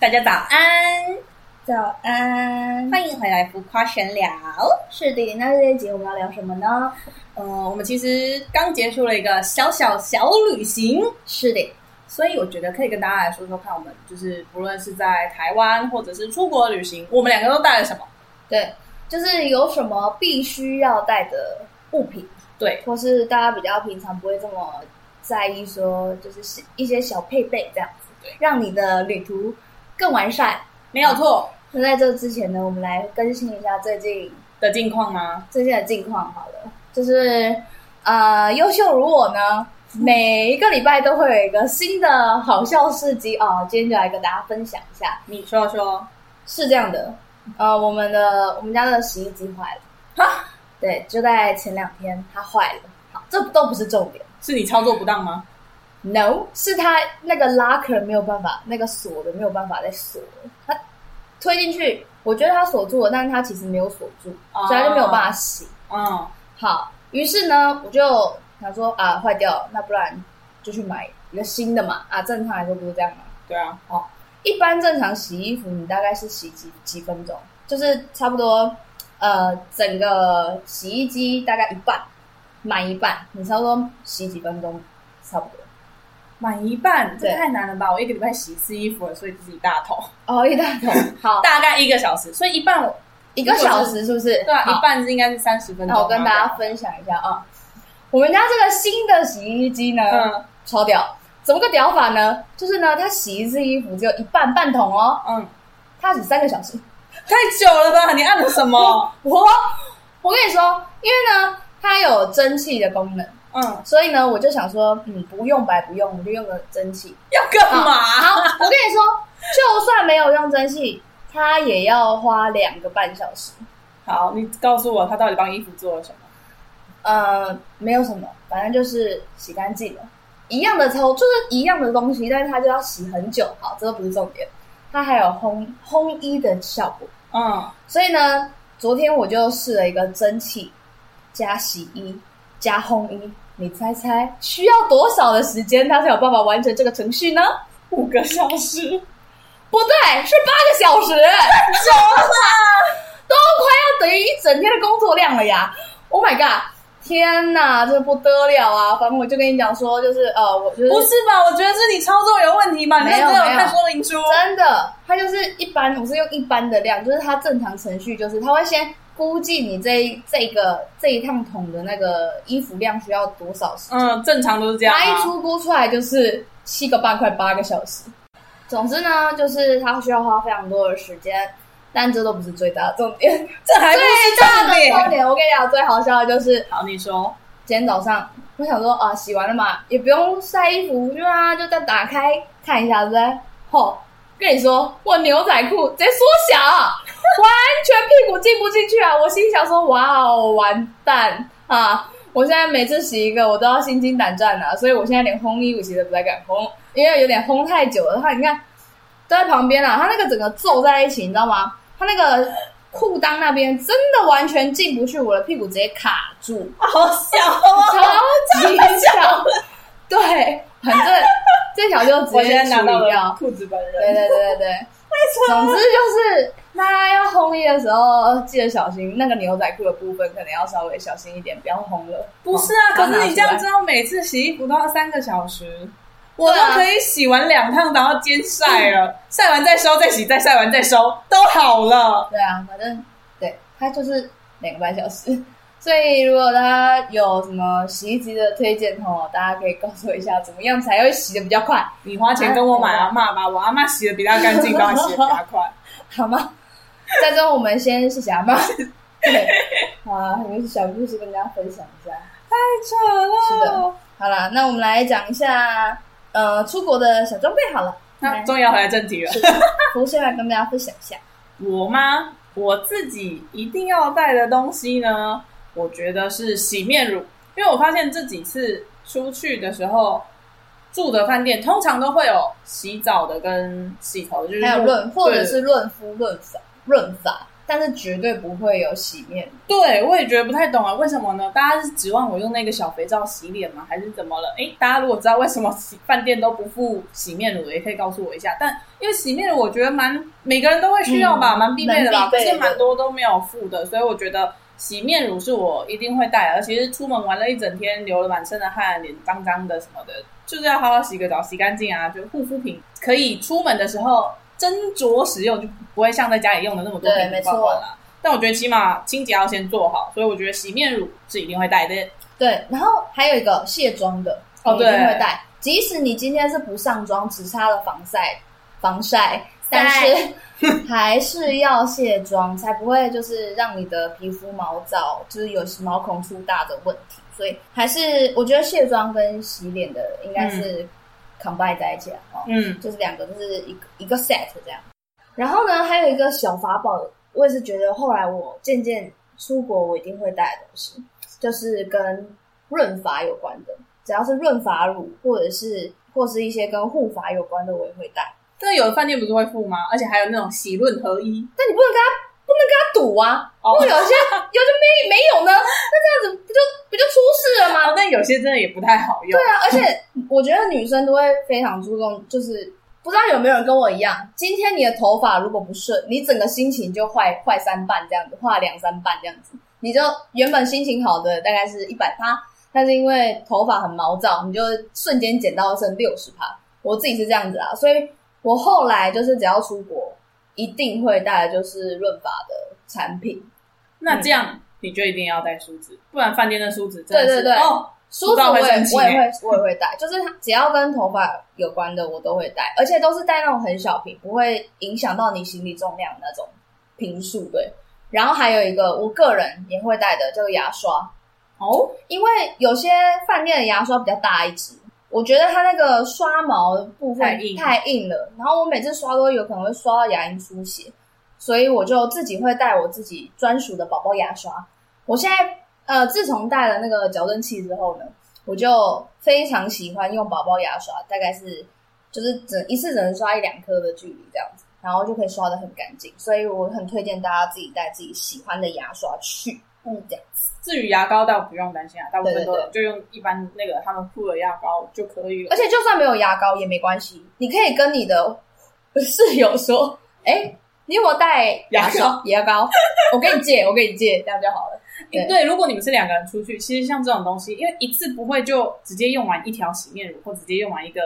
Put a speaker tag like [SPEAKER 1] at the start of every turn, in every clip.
[SPEAKER 1] 大家早安，
[SPEAKER 2] 早安，
[SPEAKER 1] 欢迎回来浮夸闲聊。
[SPEAKER 2] 是的，那这一集我们要聊什么呢？
[SPEAKER 1] 呃，我们其实刚结束了一个小小小旅行，
[SPEAKER 2] 是的，
[SPEAKER 1] 所以我觉得可以跟大家来说说看，我们就是不论是在台湾或者是出国旅行，我们两个都带了什么？
[SPEAKER 2] 对，就是有什么必须要带的物品，
[SPEAKER 1] 对，
[SPEAKER 2] 或是大家比较平常不会这么在意说，就是一些小配备这样子，
[SPEAKER 1] 对，
[SPEAKER 2] 让你的旅途更完善。
[SPEAKER 1] 没有错
[SPEAKER 2] 那在这之前呢，我们来更新一下最近
[SPEAKER 1] 的近况吗？
[SPEAKER 2] 最近的近况好了，就是呃，优秀如我呢，每一个礼拜都会有一个新的好笑事迹哦，今天就来跟大家分享一下。
[SPEAKER 1] 你说说。
[SPEAKER 2] 是这样的，呃，我们的我们家的洗衣机坏了，
[SPEAKER 1] 哈，
[SPEAKER 2] 对，就在前两天它坏了。好，这都不是重点
[SPEAKER 1] 是你操作不当吗？
[SPEAKER 2] ，no，是它那个 locker 没有办法，那个锁的没有办法再锁了，它推进去，我觉得它锁住了，但是它其实没有锁住，
[SPEAKER 1] 哦
[SPEAKER 2] 所以它就没有办法洗。
[SPEAKER 1] 嗯，
[SPEAKER 2] 好，于是呢，我就想说啊，坏掉了，那不然就去买一个新的嘛。啊，正常来说不是这样吗？
[SPEAKER 1] 对啊，
[SPEAKER 2] 一般正常洗衣服，你大概是洗几几分钟？就是差不多，呃，整个洗衣机大概一半，满一半，你差不多洗几分钟，差不多。
[SPEAKER 1] 满一半，这
[SPEAKER 2] 对
[SPEAKER 1] 太难了吧？我一个礼拜洗一次衣服了，所以就是一大桶，
[SPEAKER 2] 哦，一大桶， 好，
[SPEAKER 1] 大概一个小时，所以一半我
[SPEAKER 2] 一个小时是不是？
[SPEAKER 1] 对啊，
[SPEAKER 2] 好
[SPEAKER 1] 一半是应该是三十分钟
[SPEAKER 2] 那
[SPEAKER 1] 吧。
[SPEAKER 2] 我跟大家分享一下啊，我们家这个新的洗衣机呢，
[SPEAKER 1] 嗯
[SPEAKER 2] 超屌，怎么个屌法呢？就是呢，它洗一次衣服只有一半半桶哦，
[SPEAKER 1] 嗯，
[SPEAKER 2] 它只三个小时。
[SPEAKER 1] 太久了吧？你按了什么？
[SPEAKER 2] 我我跟你说，因为呢，它有蒸汽的功能，
[SPEAKER 1] 嗯，
[SPEAKER 2] 所以呢，我就想说，嗯，不用白不用，我就用个蒸汽。啊
[SPEAKER 1] 要干嘛？
[SPEAKER 2] 好，我跟你说，就算没有用蒸汽，它也要花两个半小时。
[SPEAKER 1] 好，你告诉我他到底帮衣服做了什么？
[SPEAKER 2] 呃，没有什么，反正就是洗干净了，一样的操，就是一样的东西，但是它就要洗很久。好，这个不是重点，它还有烘烘衣的效果。
[SPEAKER 1] 嗯，
[SPEAKER 2] 所以呢，昨天我就试了一个蒸汽加洗衣加烘衣，你猜猜需要多少的时间，它才有办法完成这个程序呢？
[SPEAKER 1] 五个小时，
[SPEAKER 2] 不对，是八个小时，久了，都快要等于一整天的工作量了呀！Oh my god！天呐，这不得了啊！反正我就跟你讲说，就是呃，我就 是
[SPEAKER 1] 不是吧？我觉得是你操作有问题吧？你
[SPEAKER 2] 没有
[SPEAKER 1] 认真
[SPEAKER 2] 没有
[SPEAKER 1] 看说明书。
[SPEAKER 2] 真的，它就是一般，我是用一般的量，就是它正常程序就是它会先估计你这一这个这一趟桶的那个衣服量需要多少时间，
[SPEAKER 1] 嗯，正常都是这样、
[SPEAKER 2] 它一
[SPEAKER 1] 啊。
[SPEAKER 2] 出估出来就是七个半快八个小时。总之呢，就是它需要花非常多的时间，但这都不是最大的重点。
[SPEAKER 1] 这还不是
[SPEAKER 2] 大
[SPEAKER 1] 重
[SPEAKER 2] 的重
[SPEAKER 1] 点。
[SPEAKER 2] 点，我跟你讲，最好笑的就是
[SPEAKER 1] 好，你说，
[SPEAKER 2] 今天早上我想说啊、洗完了嘛，也不用晒衣服，对啊，就再打开看一下子。吼、跟你说，我牛仔裤直接缩小，完全屁股进不进去啊！我心想说，哇哦，完蛋啊！我现在每次洗一个，我都要心惊胆战啊，所以我现在连烘衣服其实不太敢烘，因为有点烘太久了。它你看都在旁边啊，它那个整个皱在一起，你知道吗？它那个裤裆那边真的完全进不去，我的屁股直接卡住。
[SPEAKER 1] 好小哦！
[SPEAKER 2] 超级小，对，反正这条就 直
[SPEAKER 1] 我现在
[SPEAKER 2] 接
[SPEAKER 1] 拿
[SPEAKER 2] 处
[SPEAKER 1] 到
[SPEAKER 2] 理
[SPEAKER 1] 了
[SPEAKER 2] 掉。
[SPEAKER 1] 裤子本
[SPEAKER 2] 对
[SPEAKER 1] 人。
[SPEAKER 2] 对对对对，总之就是大家要烘衣的时候，记得小心那个牛仔裤的部分，可能要稍微小心一点，不要烘了。
[SPEAKER 1] 不是啊，
[SPEAKER 2] 哦
[SPEAKER 1] 可是你这样，
[SPEAKER 2] 把它拿出
[SPEAKER 1] 之
[SPEAKER 2] 来
[SPEAKER 1] 后每次洗衣服都要三个小时，我
[SPEAKER 2] 对
[SPEAKER 1] 都
[SPEAKER 2] 啊
[SPEAKER 1] 可以洗完两趟，然后兼晒了，晒完再收，再洗，再晒完再收，都好了。
[SPEAKER 2] 对啊，反正对它就是两个半小时。所以，如果大家有什么洗衣机的推荐哦，大家可以告诉我一下，怎么样才会洗的比较快，
[SPEAKER 1] 你花钱跟我买阿嬷吧，我阿嬷洗的比较干净，帮我洗的比 较快。
[SPEAKER 2] 好吗？在这，我们先谢谢阿妈。对，好啊，有一个小故事跟大家分享一下。
[SPEAKER 1] 扯了。
[SPEAKER 2] 是的好啦，那我们来讲一下呃出国的小装备好了。
[SPEAKER 1] 那终于要回来正题了。
[SPEAKER 2] 是的，我先来跟大家分享一下。
[SPEAKER 1] 我吗？我自己一定要带的东西呢，我觉得是洗面乳，因为我发现这几次出去的时候住的饭店通常都会有洗澡的跟洗头的，就是嗯
[SPEAKER 2] 还有润，或者是润肤、润发、润发，但是绝对不会有洗面乳。
[SPEAKER 1] 对，我也觉得不太懂啊，为什么呢？大家是指望我用那个小肥皂洗脸吗？还是怎么了？诶，大家如果知道为什么洗饭店都不附洗面乳的，也可以告诉我一下。但因为洗面乳，我觉得蛮每个人都会需要吧，
[SPEAKER 2] 嗯
[SPEAKER 1] 蛮必备的啦，
[SPEAKER 2] 蛮必
[SPEAKER 1] 可
[SPEAKER 2] 备的
[SPEAKER 1] 是蛮多都没有附的，所以我觉得洗面乳是我一定会带啊的。而且是出门玩了一整天，流了满身的汗，脸脏脏的什么的，就是要好好洗个澡，洗干净啊。就护肤品可以出门的时候斟酌使用，就不会像在家里用的那么多
[SPEAKER 2] 对
[SPEAKER 1] 瓶
[SPEAKER 2] 没
[SPEAKER 1] 罐
[SPEAKER 2] 错
[SPEAKER 1] 罐啦。但我觉得起码清洁要先做好，所以我觉得洗面乳是一定会带的。
[SPEAKER 2] 对，然后还有一个卸妆的，
[SPEAKER 1] 哦
[SPEAKER 2] 你一定
[SPEAKER 1] 对
[SPEAKER 2] 会带。即使你今天是不上妆，只擦了防晒防晒，但
[SPEAKER 1] 晒
[SPEAKER 2] 是 还是要卸妆，才不会就是让你的皮肤毛躁，就是有毛孔粗大的问题。所以还是我觉得卸妆跟洗脸的应该是 combine 在一起了哦。
[SPEAKER 1] 嗯，
[SPEAKER 2] 就是两个，就是一个一个 set 这样。然后呢，还有一个小法宝，我也是觉得后来我渐渐出国，我一定会带的东西，就是跟润发有关的，只要是润发乳或者是或是一些跟护发有关的，我也会带。
[SPEAKER 1] 但有的饭店不是会附吗？而且还有那种洗润合一，
[SPEAKER 2] 但你不能跟他不能跟他赌啊，
[SPEAKER 1] 哦
[SPEAKER 2] 如果有些有就没没有呢，那这样子不就不就出事了吗？
[SPEAKER 1] 啊，但有些真的也不太好用。
[SPEAKER 2] 对啊，而且我觉得女生都会非常注重，就是不知道有没有人跟我一样，今天你的头发如果不顺，你整个心情就坏坏三瓣这样子，坏两三瓣这样子，你就原本心情好的大概是一百趴，但是因为头发很毛躁，你就瞬间减到剩六十趴。我自己是这样子啊，所以我后来就是只要出国，一定会带的就是润发的产品，
[SPEAKER 1] 那这样你就一定要带梳子，不然饭店的梳子真
[SPEAKER 2] 对
[SPEAKER 1] 的是
[SPEAKER 2] 对对，
[SPEAKER 1] 哦，
[SPEAKER 2] 梳子
[SPEAKER 1] 到
[SPEAKER 2] 我
[SPEAKER 1] 会
[SPEAKER 2] 也我也
[SPEAKER 1] 生气欸
[SPEAKER 2] 会我也会带，就是它只要跟头发有关的我都会带，而且都是带那种很小瓶，不会影响到你行李重量的那种瓶数。对，然后还有一个我个人也会带的叫做牙刷，
[SPEAKER 1] 哦，
[SPEAKER 2] 因为有些饭店的牙刷比较大一支，我觉得它那个刷毛的部分
[SPEAKER 1] 太硬
[SPEAKER 2] 太硬了，然后我每次刷都有可能会刷到牙龈出血，所以我就自己会带我自己专属的宝宝牙刷。我现在呃，自从带了那个矫正器之后呢，我就非常喜欢用宝宝牙刷，大概是就是只一次只能刷一两颗的距离这样子，然后就可以刷的很干净，所以我很推荐大家自己带自己喜欢的牙刷去，嗯，这样。
[SPEAKER 1] 至于牙膏倒不用担心啊，大部分
[SPEAKER 2] 对对
[SPEAKER 1] 都
[SPEAKER 2] 对呃
[SPEAKER 1] 有就用一般那个他们附的牙膏就可以了
[SPEAKER 2] 而。且就算没有牙膏也没关系，你可以跟你的室友说：“哎、你有没有带牙刷、牙膏？我给你借，我给你借，这样就好了。对
[SPEAKER 1] 对，如果你们是两个人出去，其实像这种东西，因为一次不会就直接用完一条洗面乳，或直接用完一个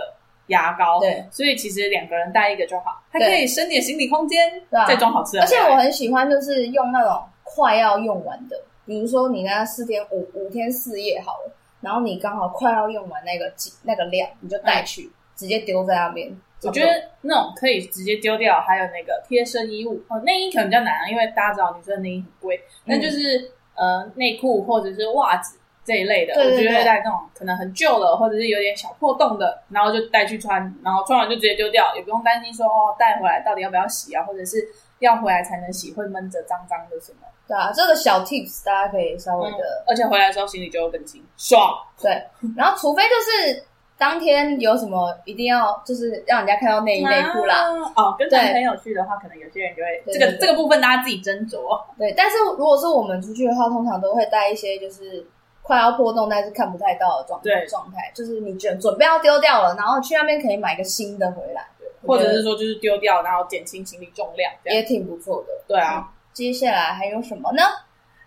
[SPEAKER 1] 牙膏，
[SPEAKER 2] 对，
[SPEAKER 1] 所以其实两个人带一个就好，还可
[SPEAKER 2] 对
[SPEAKER 1] 以省点行李空间，
[SPEAKER 2] 对啊
[SPEAKER 1] 再装好吃”的
[SPEAKER 2] 而
[SPEAKER 1] 回
[SPEAKER 2] 且
[SPEAKER 1] 来。
[SPEAKER 2] 我很喜欢，就是用那种快要用完的，比如说你那四天五五天四夜好了，然后你刚好快要用完那个剂那个量，你就带去，直接丢在那边。
[SPEAKER 1] 我觉得那种可以直接丢掉，还有那个贴身衣物哦，内衣可能比较难啊，因为大家知道女生的内衣很贵，
[SPEAKER 2] 嗯
[SPEAKER 1] 那就是、呃内裤或者是袜子这一类的，
[SPEAKER 2] 对对
[SPEAKER 1] 我觉得
[SPEAKER 2] 对
[SPEAKER 1] 带那种可能很旧了，或者是有点小破洞的，然后就带去穿，然后穿完就直接丢掉，也不用担心说哦带回来到底要不要洗啊，或者是要回来才能洗会闷着脏脏的什么，
[SPEAKER 2] 对啊，这个小 tips 大家可以稍微的、
[SPEAKER 1] 而且回来的时候行李就会更轻，爽。
[SPEAKER 2] 对，
[SPEAKER 1] 嗯
[SPEAKER 2] 然后除非就是当天有什么一定要就是让人家看到内衣内裤啦，
[SPEAKER 1] 啊哦，跟
[SPEAKER 2] 对
[SPEAKER 1] 男朋友去的话，可能有些人就会
[SPEAKER 2] 对
[SPEAKER 1] 这个
[SPEAKER 2] 对对
[SPEAKER 1] 这个部分大家自己斟酌。
[SPEAKER 2] 对，但是如果是我们出去的话，通常都会带一些就是快要破洞但是看不太到的状
[SPEAKER 1] 对
[SPEAKER 2] 状态，就是你准准备要丢掉了，然后去那边可以买个新的回来，
[SPEAKER 1] 或者
[SPEAKER 2] 我
[SPEAKER 1] 是
[SPEAKER 2] 觉
[SPEAKER 1] 说就是丢掉，然后减轻行李重量这
[SPEAKER 2] 得
[SPEAKER 1] 样。
[SPEAKER 2] 也挺不错的。
[SPEAKER 1] 对啊，
[SPEAKER 2] 接下来还有什么呢？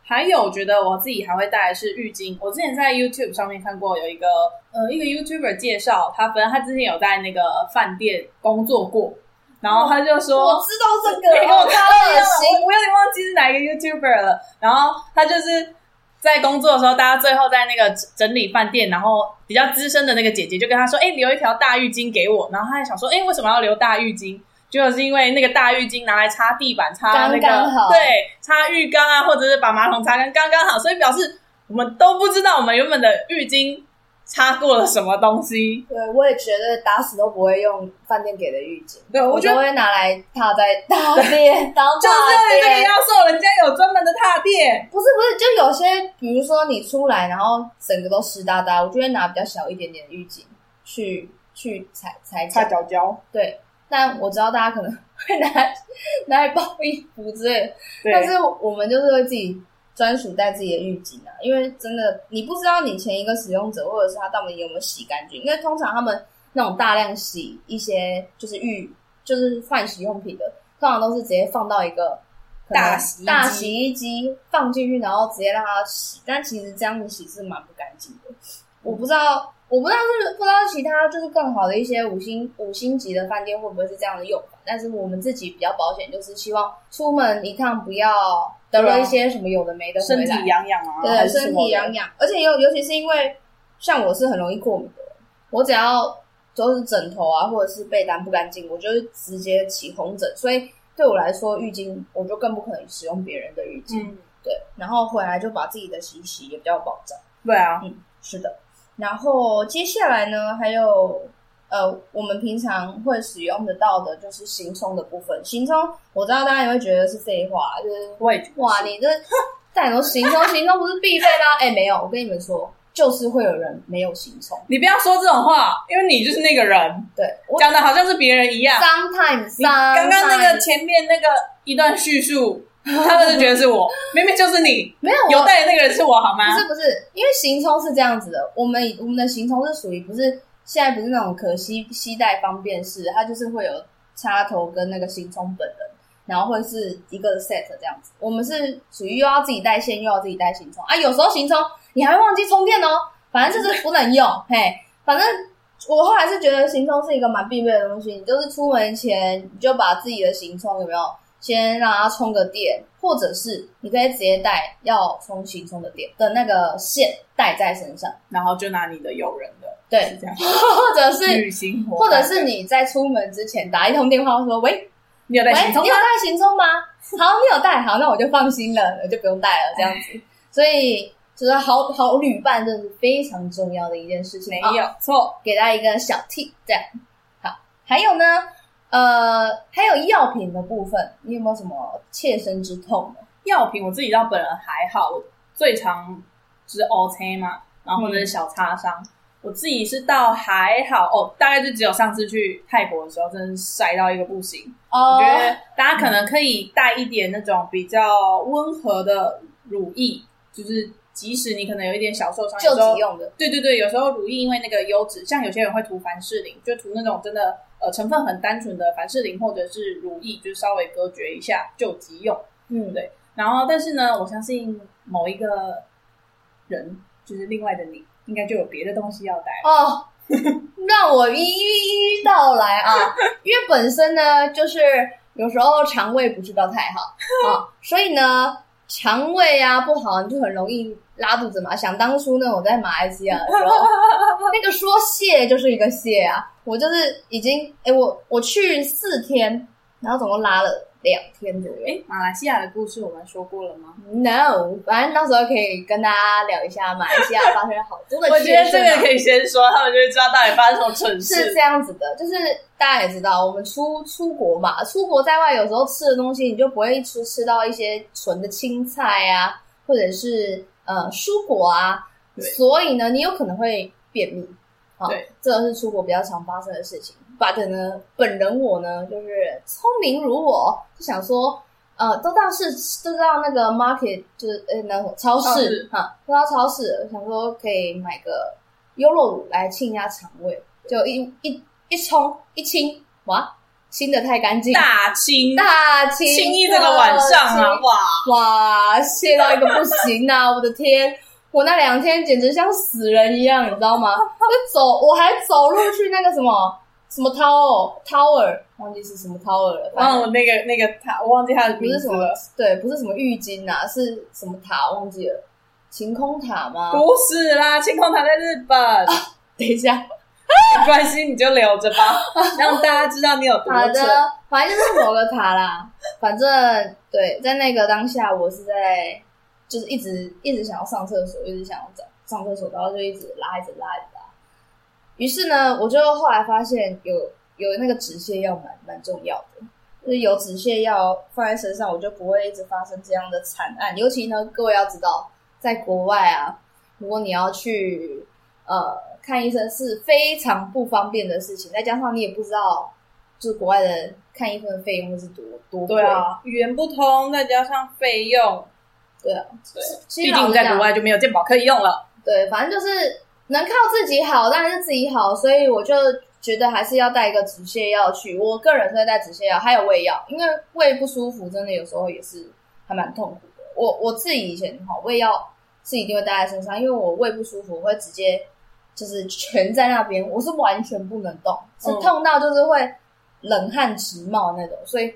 [SPEAKER 1] 还有我觉得我自己还会带的是浴巾。我之前在 YouTube 上面看过有一个呃一个 YouTuber 介绍，他反正他之前有在那个饭店工作过，然后他就说。
[SPEAKER 2] 我知道这
[SPEAKER 1] 可以
[SPEAKER 2] 个，
[SPEAKER 1] 跟我
[SPEAKER 2] 哦
[SPEAKER 1] 看
[SPEAKER 2] 好恶
[SPEAKER 1] 我
[SPEAKER 2] 心。
[SPEAKER 1] 我有点忘记是哪一个 YouTuber 了。然后他就是在工作的时候，大家最后在那个整理饭店，然后比较资深的那个姐姐就跟他说：“哎、留一条大浴巾给我。”然后他还想说：“哎、为什么要留大浴巾？”结果是因为那个大浴巾拿来擦地板、擦那个
[SPEAKER 2] 刚刚好
[SPEAKER 1] 对，擦浴缸啊，或者是把马桶擦干，刚刚好。所以表示我们都不知道我们原本的浴巾擦过了什么东西。
[SPEAKER 2] 对，我也觉得打死都不会用饭店给的浴巾，
[SPEAKER 1] 对，我
[SPEAKER 2] 我
[SPEAKER 1] 觉
[SPEAKER 2] 都
[SPEAKER 1] 得
[SPEAKER 2] 会拿来踏在大便，当
[SPEAKER 1] 就是
[SPEAKER 2] 大
[SPEAKER 1] 这个
[SPEAKER 2] 便
[SPEAKER 1] 妖。兽，人家有专门的踏垫。
[SPEAKER 2] 不是不是，就有些，比如说你出来，然后整个都湿哒哒，我就会拿比较小一点点的浴巾去去踩踩脚。
[SPEAKER 1] 脚脚，
[SPEAKER 2] 对，但我知道大家可能会拿拿来包衣服之类的。
[SPEAKER 1] 对
[SPEAKER 2] 但是我们就是会自己专属带自己的浴巾啊，因为真的你不知道你前一个使用者或者是他到底有没有洗干净，因为通常他们那种大量洗一些就是浴就是换洗用品的，通常都是直接放到一个可能
[SPEAKER 1] 大洗衣机
[SPEAKER 2] 大洗衣机放进去，然后直接让它洗。但其实这样子洗是蛮不干净的。我不知道，我不知道是不知道其他就是更好的一些五星五星级的饭店会不会是这样的用法，但是我们自己比较保险，就是希望出门一趟不要得了一些什么有的没的回
[SPEAKER 1] 啊身体
[SPEAKER 2] 来，
[SPEAKER 1] 痒痒啊，还
[SPEAKER 2] 对，
[SPEAKER 1] 是什
[SPEAKER 2] 身
[SPEAKER 1] 么
[SPEAKER 2] 体
[SPEAKER 1] 的
[SPEAKER 2] 痒痒，而且尤尤其是因为像我是很容易过敏的人，我只要都是枕头啊或者是被单不干净，我就会直接起红疹，所以对我来说浴巾我就更不可能使用别人的浴巾，
[SPEAKER 1] 嗯，
[SPEAKER 2] 对，然后回来就把自己的洗一洗也比较有保障。
[SPEAKER 1] 对啊，
[SPEAKER 2] 是的。然后接下来呢，还有呃，我们平常会使用得到的就是行充的部分。行充，我知道大家也会觉得是废话，就是
[SPEAKER 1] 我也觉得
[SPEAKER 2] 哇，
[SPEAKER 1] 是
[SPEAKER 2] 你这 带什么行充？行充不是必 备吗？哎、没有，我跟你们说，就是会有人没有行充。
[SPEAKER 1] 你不要说这种话，因为你就是那个人，
[SPEAKER 2] 对，我
[SPEAKER 1] 讲的好像是别人一样。
[SPEAKER 2] sometimes
[SPEAKER 1] 你刚刚那个
[SPEAKER 2] sometimes-
[SPEAKER 1] 前面那个一段叙 述，他们就觉得是我，明明就是你，
[SPEAKER 2] 没有我
[SPEAKER 1] 有带的那个人是我好吗
[SPEAKER 2] 不？是不是，因为行充是这样子的，我们我们的行充是属于不是现在不是那种可携携带方便式，它就是会有插头跟那个行充本人，然后会是一个 set 这样子。我们是属于又要自己带线，又要自己带行充啊，有时候行充你还会忘记充电哦，反正就是不能用，嘿，反正。我后来是觉得行充是一个蛮必备的东西，你就是出门前你就把自己的行充有没有先让它充个电，或者是你可以直接带要充行充的电的那个线带在身上，
[SPEAKER 1] 然后就拿你的友人的，
[SPEAKER 2] 对
[SPEAKER 1] 是，这样，
[SPEAKER 2] 或者是
[SPEAKER 1] 旅行伙
[SPEAKER 2] 或
[SPEAKER 1] 伴
[SPEAKER 2] 者是你在出门之前打一通电话说喂
[SPEAKER 1] 你有带
[SPEAKER 2] 喂，
[SPEAKER 1] 行充
[SPEAKER 2] 你
[SPEAKER 1] 吗
[SPEAKER 2] 有？带行充吗？ 好，你有带，好，那我就放心了，我就不用带了这样子。所以就是好好旅伴，这是非常重要的一件事情。
[SPEAKER 1] 没
[SPEAKER 2] 哦
[SPEAKER 1] 有错，
[SPEAKER 2] 给大家一个小 tip，这样好。还有呢，呃，还有药品的部分，你有没有什么切身之痛呢？
[SPEAKER 1] 药品我自己到本人还好，我最常就是 O C 嘛，然后或者是小擦
[SPEAKER 2] 嗯
[SPEAKER 1] 伤。我自己是到还好哦，大概就只有上次去泰国的时候，真的是晒到一个不行。
[SPEAKER 2] 哦
[SPEAKER 1] 我觉得大家可能可以带一点那种比较温和的乳液，就是即使你可能有一点小受伤，有
[SPEAKER 2] 救
[SPEAKER 1] 时候
[SPEAKER 2] 急用的，
[SPEAKER 1] 对对对，有时候乳液因为那个油脂，像有些人会涂凡士林，就涂那种真的呃成分很单纯的凡士林或者是乳液，就是稍微隔绝一下救急用。
[SPEAKER 2] 嗯
[SPEAKER 1] 对然后，但是呢，我相信某一个人，就是另外的你，应该就有别的东西要 带。
[SPEAKER 2] 哦， 让我一一一道来啊，因为本身呢，就是有时候肠胃不是到太好啊、 所以呢，肠胃啊不好，你就很容易拉肚子嘛。想当初呢，我在马来西亚的时 候，那个说泻就是一个泻啊，我就是已经，哎，我我去四天，然后总共拉了两天左右。
[SPEAKER 1] 哎，马来西亚的故事我们说过了吗？
[SPEAKER 2] No，反正到时候可以跟大家聊一下马来西亚发生了啊好多的
[SPEAKER 1] 我
[SPEAKER 2] 趣
[SPEAKER 1] 觉得
[SPEAKER 2] 事
[SPEAKER 1] 这
[SPEAKER 2] 嘛
[SPEAKER 1] 个可以先说，他们就会知道到底发生什么蠢
[SPEAKER 2] 是
[SPEAKER 1] 事。
[SPEAKER 2] 这样子的，就是大家也知道，我们出出国嘛，出国在外有时候吃的东西，你就不会吃吃到一些纯的青菜啊，或者是呃蔬果啊，
[SPEAKER 1] 对
[SPEAKER 2] 所以呢，你有可能会便秘。好
[SPEAKER 1] 对，
[SPEAKER 2] 这个是出国比较常发生的事情。But 呢，本人我呢，就是聪明如我，就想说，呃，都到市，都到那个 market，就是呃，那种超
[SPEAKER 1] 超
[SPEAKER 2] 市
[SPEAKER 1] 市
[SPEAKER 2] 啊，都到超市了，想说可以买个优酪乳来清一下肠胃，就一一一冲一清，哇，清的太干净，
[SPEAKER 1] 大清
[SPEAKER 2] 大清
[SPEAKER 1] 清一整个晚上
[SPEAKER 2] 大
[SPEAKER 1] 啊，哇！
[SPEAKER 2] 清哇，泄到一个不行啊！我的天，我那两天简直像死人一样，你知道吗？就走，我还走路去那个什么什么 tower tower，忘记是什么 tower 了，反
[SPEAKER 1] 忘
[SPEAKER 2] 正
[SPEAKER 1] 了那个那个他，我忘记他的
[SPEAKER 2] 不
[SPEAKER 1] 名
[SPEAKER 2] 是
[SPEAKER 1] 字
[SPEAKER 2] 什么
[SPEAKER 1] 了。
[SPEAKER 2] 对，不是什么浴巾啊，是什么塔忘记了，晴空塔吗？
[SPEAKER 1] 不是啦，清空塔在日 本，
[SPEAKER 2] 等一下，
[SPEAKER 1] 没关系，你就留着 吧，让大家知道你有多
[SPEAKER 2] 好的
[SPEAKER 1] 蠢。，
[SPEAKER 2] 反正就是某个塔啦。反正对，在那个当下，我是在就是一直一直想要上厕所，一直想要找上厕所，然后就一直拉，一直拉，一直拉。于是呢，我就后来发现有有那个止泻药蛮蛮重要的，就是有止泻药放在身上，我就不会一直发生这样的惨案。尤其呢，各位要知道，在国外啊，如果你要去呃看医生是非常不方便的事情，再加上你也不知道就是国外的看衣服的费用是多多贵。
[SPEAKER 1] 对，啊，语言不通，再加上费用，
[SPEAKER 2] 对啊，
[SPEAKER 1] 对，
[SPEAKER 2] 其
[SPEAKER 1] 毕
[SPEAKER 2] 实老
[SPEAKER 1] 竟
[SPEAKER 2] 实
[SPEAKER 1] 在
[SPEAKER 2] 讲
[SPEAKER 1] 国外就没有健保可以用了。
[SPEAKER 2] 对，反正就是能靠自己好，当然是自己好，所以我就觉得还是要带一个止泻药去。我个人是会带止泻药，还有胃药，因为胃不舒服，真的有时候也是还蛮痛苦的。我我自己以前哈胃药是一定会带在身上，因为我胃不舒服，我会直接就是蜷在那边，我是完全不能动，是
[SPEAKER 1] 嗯
[SPEAKER 2] 痛到就是会冷汗直冒那种，所以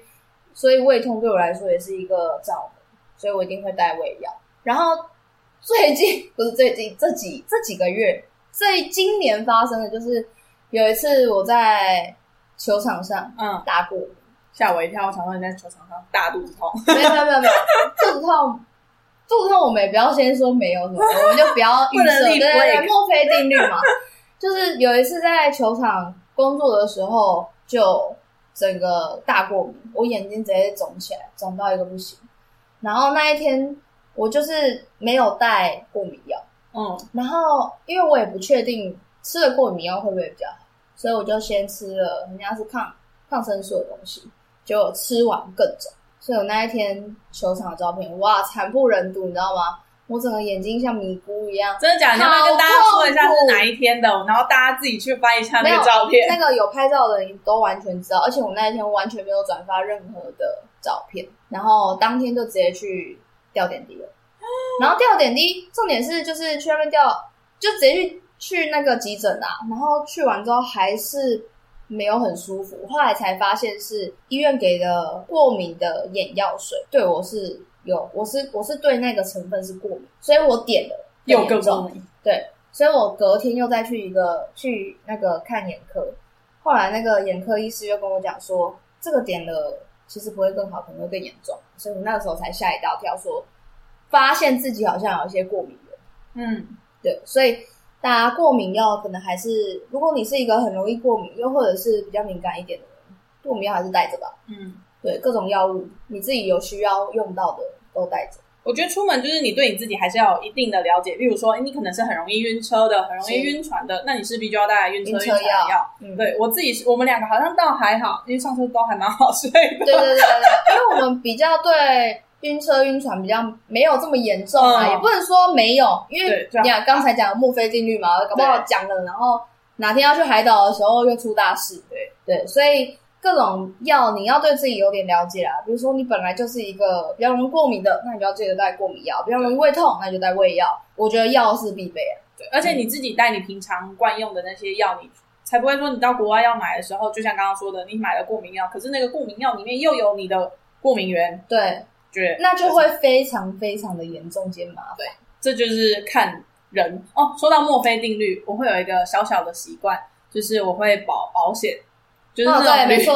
[SPEAKER 2] 所以胃痛对我来说也是一个罩门，所以我一定会带胃药。然后最近不是最近这几这几个月，最今年发生的就是有一次我在球场上
[SPEAKER 1] 嗯，
[SPEAKER 2] 打过，
[SPEAKER 1] 吓我一跳，我想说你在球场上大肚子痛，
[SPEAKER 2] 没有没有没有没有，肚子痛，肚子痛我们也不要先说没有什么，我们就不要预
[SPEAKER 1] 不能
[SPEAKER 2] 设，对
[SPEAKER 1] 立
[SPEAKER 2] 对对，
[SPEAKER 1] flag
[SPEAKER 2] 墨菲定律嘛。就是有一次在球场工作的时候，就整个大过敏，我眼睛直接肿起来，肿到一个不行。然后那一天我就是没有带过敏药，
[SPEAKER 1] 嗯，
[SPEAKER 2] 然后因为我也不确定吃了过敏药会不会比较好，所以我就先吃了人家是抗抗生素的东西，结果吃完更肿。所以我那一天球场的照片，哇，惨不忍睹，你知道吗？我整个眼睛像迷糊一样。
[SPEAKER 1] 真的假的？你要不要跟大家说一下是哪一天的？然后大家自己去翻一下那个照片。
[SPEAKER 2] 那个有拍照的人都完全知道，而且我那一天完全没有转发任何的照片，然后当天就直接去吊点滴了。
[SPEAKER 1] 啊
[SPEAKER 2] 然后吊点滴，重点是就是去那边吊，就直接去去那个急诊啊。然后去完之后还是没有很舒服，后来才发现是医院给的过敏的眼药水，对我是有，我是我是对那个成分是过敏，所以我点了
[SPEAKER 1] 又
[SPEAKER 2] 更
[SPEAKER 1] 更
[SPEAKER 2] 严重
[SPEAKER 1] 过敏，
[SPEAKER 2] 对，所以我隔天又再去一个去那个看眼科，后来那个眼科医师又跟我讲说，这个点了其实不会更好，可能会更严重，所以我那个时候才吓一大跳说，发现自己好像有一些过敏源。
[SPEAKER 1] 嗯，
[SPEAKER 2] 对，所以大家过敏药可能还是，如果你是一个很容易过敏，又或者是比较敏感一点的人，过敏药还是带着吧。
[SPEAKER 1] 嗯，
[SPEAKER 2] 对，各种药物你自己有需要用到的都带着。
[SPEAKER 1] 我觉得出门就是你对你自己还是要有一定的了解。例如说，诶你可能是很容易晕车的，很容易
[SPEAKER 2] 是
[SPEAKER 1] 晕船的，那你势必就要带晕车
[SPEAKER 2] 晕车
[SPEAKER 1] 船
[SPEAKER 2] 药
[SPEAKER 1] 药。
[SPEAKER 2] 嗯，
[SPEAKER 1] 对我自己是，我们两个好像倒还好，因为上次都还蛮好睡的。
[SPEAKER 2] 对对对对对， 因为我们比较对晕车晕船比较没有这么严重啊，
[SPEAKER 1] 嗯
[SPEAKER 2] 也不能说没有，因为
[SPEAKER 1] 对这样
[SPEAKER 2] 你看刚才讲的墨菲定律嘛，搞不好
[SPEAKER 1] 对
[SPEAKER 2] 讲了，然后哪天要去海岛的时候又出大事。
[SPEAKER 1] 对
[SPEAKER 2] 对，所以各种药你要对自己有点了解啦，比如说你本来就是一个比较容易过敏的，那你就要记得带过敏药；比较容易胃痛，那你就带胃药。我觉得药是必备啊。
[SPEAKER 1] 对，而且你自己带你平常惯用的那些药，你才不会说你到国外要买的时候，就像刚刚说的，你买了过敏药，可是那个过敏药里面又有你的过敏源，
[SPEAKER 2] 对，
[SPEAKER 1] 觉得
[SPEAKER 2] 那就会非常非常的严重兼麻烦。
[SPEAKER 1] 这就是看人哦。说到墨菲定律，我会有一个小小的习惯，就是我会保保险，就是那种、
[SPEAKER 2] 哦 对没错。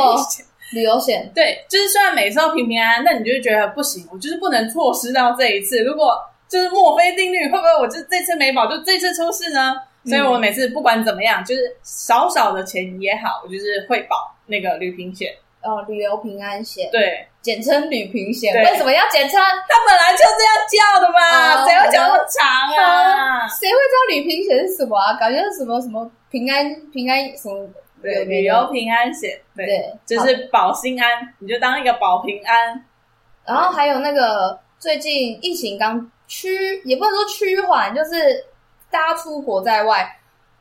[SPEAKER 2] 旅游险
[SPEAKER 1] 对，就是虽然每次都平平安安，但你就会觉得不行，我就是不能错失到这一次。如果就是墨菲定律，会不会我就这次没保，就这次出事呢？所以我每次不管怎么样，就是少少的钱也好，我就是会保那个旅行险。
[SPEAKER 2] 呃，旅游平安险，
[SPEAKER 1] 对，
[SPEAKER 2] 简称旅平险。
[SPEAKER 1] 对
[SPEAKER 2] 为什么要简称？
[SPEAKER 1] 它本来就是要叫的嘛，
[SPEAKER 2] 哦
[SPEAKER 1] 谁会讲那么长啊？
[SPEAKER 2] 谁会知道旅平险是什么啊？感觉是什么什么平安平安什么
[SPEAKER 1] 对，
[SPEAKER 2] 有
[SPEAKER 1] 旅游平安险，对，
[SPEAKER 2] 对，
[SPEAKER 1] 就是保心安，你就当一个保平安。
[SPEAKER 2] 然后还有那个最近疫情刚趋，也不能说趋缓，就是大家出国在外，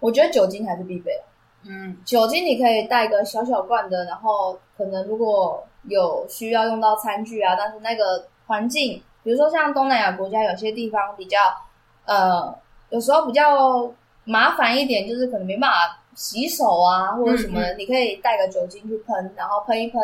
[SPEAKER 2] 我觉得酒精还是必备的。
[SPEAKER 1] 嗯，
[SPEAKER 2] 酒精你可以带一个小小罐的，然后可能如果有需要用到餐具啊，但是那个环境，比如说像东南亚国家有些地方比较，呃，有时候比较麻烦一点，就是可能没办法洗手啊或者什
[SPEAKER 1] 嗯
[SPEAKER 2] 么的，你可以带个酒精去喷，然后喷一喷，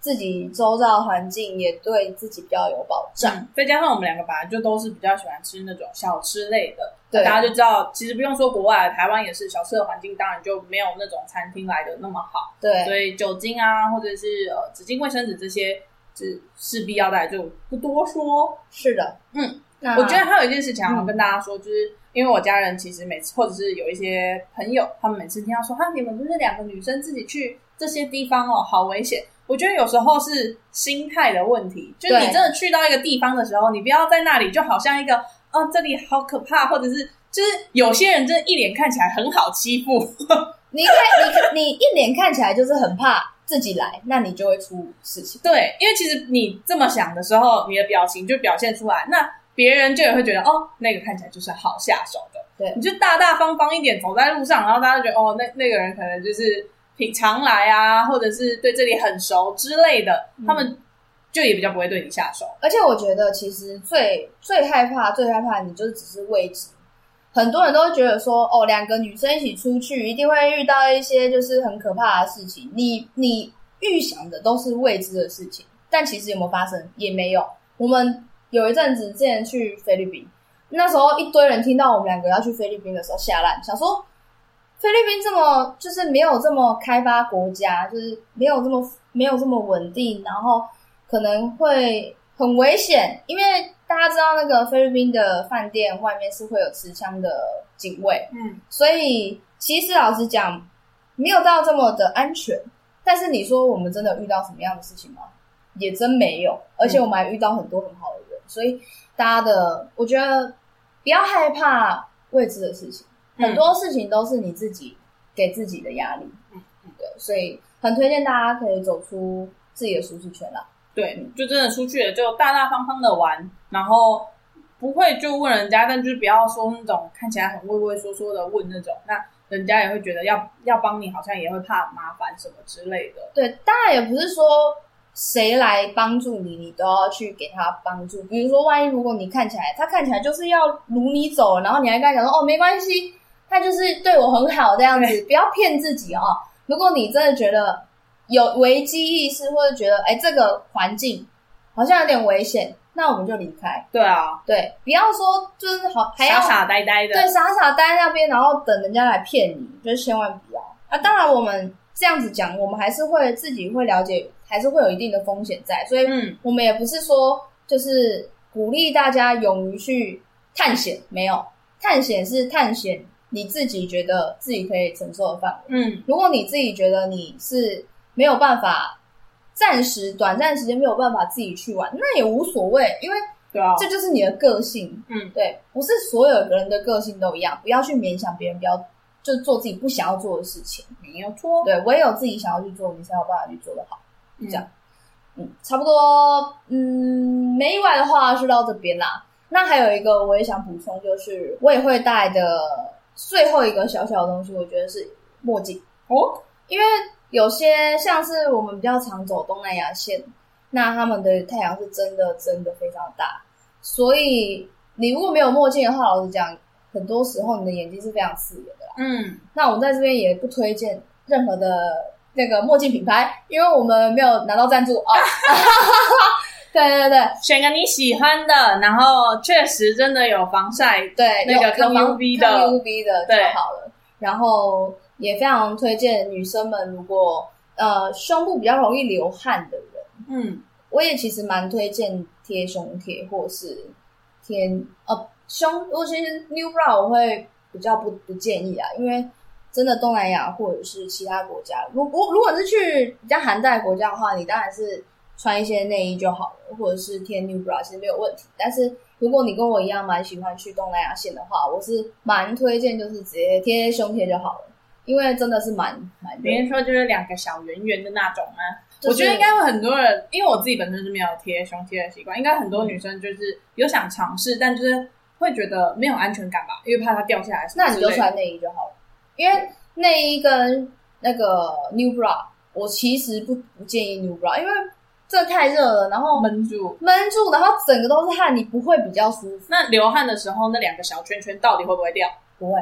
[SPEAKER 2] 自己周遭环境也对自己比较有保障。
[SPEAKER 1] 嗯再加上我们两个本来就都是比较喜欢吃那种小吃类的，
[SPEAKER 2] 对，
[SPEAKER 1] 大家就知道，其实不用说国外，台湾也是小吃的环境，当然就没有那种餐厅来的那么好，
[SPEAKER 2] 对
[SPEAKER 1] 所以酒精啊，或者是呃纸巾、卫生纸这些，是势必要带，就不多说。
[SPEAKER 2] 是的，
[SPEAKER 1] 嗯，
[SPEAKER 2] 那
[SPEAKER 1] 我觉得还有一件事情要
[SPEAKER 2] 嗯
[SPEAKER 1] 跟大家说，就是因为我家人其实每次，或者是有一些朋友，他们每次听到说，哈、你们就是两个女生自己去这些地方哦，好危险。我觉得有时候是心态的问题，就是你
[SPEAKER 2] 对
[SPEAKER 1] 真的去到一个地方的时候，你不要在那里就好像一个，哦，这里好可怕，或者是就是有些人真的一脸看起来很好欺负，
[SPEAKER 2] 你看你你一脸看起来就是很怕，自己来，那你就会出事情。
[SPEAKER 1] 对，因为其实你这么想的时候，你的表情就表现出来，那别人就也会觉得哦，那个看起来就是好下手的。
[SPEAKER 2] 对
[SPEAKER 1] 你就大大方方一点走在路上，然后大家就觉得哦，那那个人可能就是挺常来啊，或者是对这里很熟之类的，
[SPEAKER 2] 嗯
[SPEAKER 1] 他们就也比较不会对你下手。
[SPEAKER 2] 而且我觉得，其实最最害怕、最害怕，你就只是位置。很多人都会觉得说，哦，两个女生一起出去，一定会遇到一些就是很可怕的事情。你你预想的都是未知的事情，但其实有没有发生也没有。我们有一阵子之前去菲律宾，那时候一堆人听到我们两个要去菲律宾的时候吓烂，想说菲律宾这么就是没有这么开发国家，就是没有这么没有这么稳定，然后可能会很危险，因为大家知道那个菲律宾的饭店外面是会有持枪的警卫，
[SPEAKER 1] 嗯，
[SPEAKER 2] 所以其实老实讲，没有到这么的安全。但是你说我们真的遇到什么样的事情吗？也真没有，而
[SPEAKER 1] 嗯
[SPEAKER 2] 且我们还遇到很多很好的人，所以大家的我觉得不要害怕未知的事情，
[SPEAKER 1] 嗯
[SPEAKER 2] 很多事情都是你自己给自己的压力。
[SPEAKER 1] 嗯
[SPEAKER 2] 对，所以很推荐大家可以走出自己的舒适圈啦。
[SPEAKER 1] 对，就真的出去了，就大大方方的玩，然后不会就问人家，但就是不要说那种看起来很畏畏缩缩的问那种，那人家也会觉得要要帮你，好像也会怕麻烦什么之类的。
[SPEAKER 2] 对，当然也不是说谁来帮助你，你都要去给他帮助。比如说，万一如果你看起来他看起来就是要掳你走，然后你还跟他讲说哦没关系，他就是对我很好这样子，不要骗自己哦。如果你真的觉得有危机意识，或者觉得哎这个环境好像有点危险，那我们就离开。
[SPEAKER 1] 对啊，
[SPEAKER 2] 对，不要说就是好还
[SPEAKER 1] 傻
[SPEAKER 2] 要
[SPEAKER 1] 傻呆呆的。
[SPEAKER 2] 对，傻傻待在那边，然后等人家来骗你，就是千万不要啊！当然，我们这样子讲，我们还是会自己会了解，还是会有一定的风险在，所以
[SPEAKER 1] 嗯，
[SPEAKER 2] 我们也不是说就是鼓励大家勇于去探险，没有探险是探险你自己觉得自己可以承受的范围。
[SPEAKER 1] 嗯，
[SPEAKER 2] 如果你自己觉得你是没有办法，暂时短暂时间没有办法自己去玩，那也无所谓，因为
[SPEAKER 1] 对啊，
[SPEAKER 2] 这就是你的个性，
[SPEAKER 1] 嗯，
[SPEAKER 2] 对，不是所有人的个性都一样，不要去勉强别人，不要就做自己不想要做的事情。
[SPEAKER 1] 没有错。
[SPEAKER 2] 对，唯有自己想要去做，你才有办法去做得好。
[SPEAKER 1] 嗯
[SPEAKER 2] 这样嗯，差不多，嗯，没意外的话是到这边啦。那还有一个我也想补充，就是我也会带的最后一个小小的东西，我觉得是墨镜。
[SPEAKER 1] 哦，
[SPEAKER 2] 因为有些像是我们比较常走东南亚线，那他们的太阳是真的真的非常大，所以你如果没有墨镜的话，老实讲，很多时候你的眼睛是非常刺眼的啦。
[SPEAKER 1] 嗯，
[SPEAKER 2] 那我在这边也不推荐任何的那个墨镜品牌，因为我们没有拿到赞助啊。 对对对
[SPEAKER 1] 选个你喜欢的，然后确实真的有防晒。
[SPEAKER 2] 对，
[SPEAKER 1] 那个
[SPEAKER 2] 有
[SPEAKER 1] 抗
[SPEAKER 2] 有防
[SPEAKER 1] UV
[SPEAKER 2] 抗
[SPEAKER 1] 的
[SPEAKER 2] UV 的就
[SPEAKER 1] 对
[SPEAKER 2] 好了。然后也非常推荐女生们，如果呃胸部比较容易流汗的人。
[SPEAKER 1] 嗯，
[SPEAKER 2] 我也其实蛮推荐贴胸贴或是贴呃胸，如果其实 New Bra 我会比较不不建议啊，因为真的东南亚或者是其他国家，如果如果是去比较寒带国家的话，你当然是穿一些内衣就好了，或者是贴 New Bra 其实没有问题。但是如果你跟我一样蛮喜欢去东南亚线的话，我是蛮推荐就是直接贴胸贴就好了，因为真的是蛮蛮热
[SPEAKER 1] 别人说就是两个小圆圆的那种啊吗？
[SPEAKER 2] 就是
[SPEAKER 1] 我觉得应该会很多人，因为我自己本身是没有贴胸贴的习惯，应该很多女生就是有想尝试，但就是会觉得没有安全感吧，因为怕它掉下来什么
[SPEAKER 2] 那你就
[SPEAKER 1] 之类的
[SPEAKER 2] 穿内衣就好了，因为内衣跟那个 new bra，我其实不不建议 new bra，因为这太热了，然后
[SPEAKER 1] 闷住。
[SPEAKER 2] 闷住，然后整个都是汗，你不会比较舒服，
[SPEAKER 1] 那流汗的时候，那两个小圈圈到底会不会掉？
[SPEAKER 2] 不会，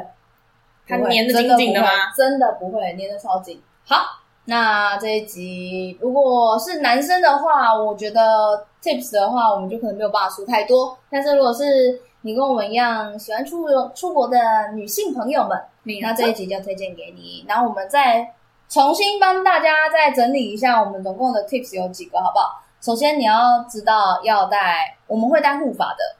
[SPEAKER 1] 它
[SPEAKER 2] 不会
[SPEAKER 1] 粘得
[SPEAKER 2] 真
[SPEAKER 1] 紧
[SPEAKER 2] 的
[SPEAKER 1] 紧的吗？
[SPEAKER 2] 真的不会，粘的超紧。好，那这一集如果是男生的话，我觉得 tips 的话，我们就可能没有办法说太多，但是如果是你跟我们一样喜欢出游出国的女性朋友们，
[SPEAKER 1] 你
[SPEAKER 2] 那这一集就推荐给你。然后我们再重新帮大家再整理一下我们总共的 tips 有几个，好不好？首先你要知道要带，我们会带护发的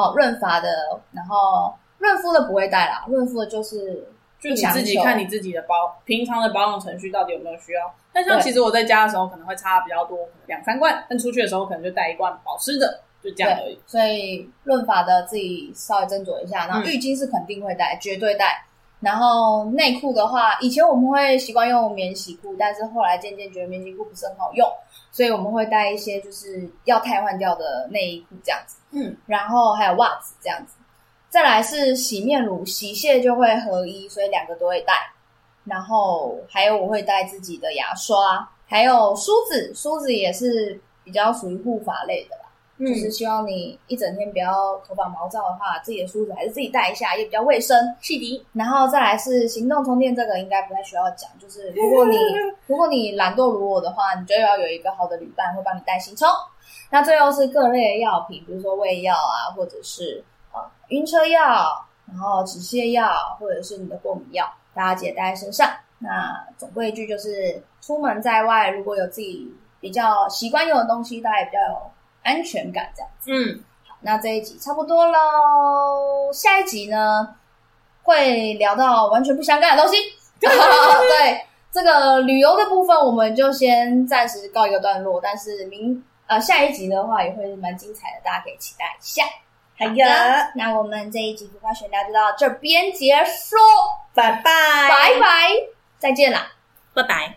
[SPEAKER 2] 哦，润发的，然后润肤的不会带啦，润肤的就是
[SPEAKER 1] 就你
[SPEAKER 2] 强
[SPEAKER 1] 自己
[SPEAKER 2] 求
[SPEAKER 1] 看你自己的保平常的保养程序到底有没有需要。但像
[SPEAKER 2] 对
[SPEAKER 1] 其实我在家的时候可能会擦比较多，两三罐，但出去的时候可能就带一罐保湿的，就这样而已。
[SPEAKER 2] 所以润发的自己稍微斟酌一下，然后
[SPEAKER 1] 嗯
[SPEAKER 2] 浴巾是肯定会带，绝对带。然后内裤的话，以前我们会习惯用免洗裤，但是后来渐渐觉得免洗裤不是很好用，所以我们会带一些就是要汰换掉的内衣裤这样子，
[SPEAKER 1] 嗯，
[SPEAKER 2] 然后还有袜子这样子。再来是洗面乳，洗卸就会合一，所以两个都会带。然后还有我会带自己的牙刷，还有梳子，梳子也是比较属于护发类的。
[SPEAKER 1] 嗯
[SPEAKER 2] 就是希望你一整天不要头发毛躁的话，自己的梳子还是自己带一下，也比较卫生。
[SPEAKER 1] 汽笛，
[SPEAKER 2] 然后再来是行动充电，这个应该不太需要讲。就是如果你如果你懒惰如我的话，你就要有一个好的旅伴会帮你带行充。那最后是各类的药品，比如说胃药啊，或者是呃晕车药，然后止泻药，或者是你的过敏药，大家记得带在身上。那总归一句就是，出门在外如果有自己比较习惯用的东西，大家也比较有安全感这样。
[SPEAKER 1] 嗯，
[SPEAKER 2] 那这一集差不多喽，下一集呢会聊到完全不相干的东西。 对，这个旅游的部分我们就先暂时告一个段落，但是明呃下一集的话也会蛮精彩的，大家可以期待一下。
[SPEAKER 1] 好
[SPEAKER 2] 好的，那我们这一集浮夸闲聊就到这边结束，
[SPEAKER 1] 拜拜，
[SPEAKER 2] 拜拜，再见啦。
[SPEAKER 1] 拜拜。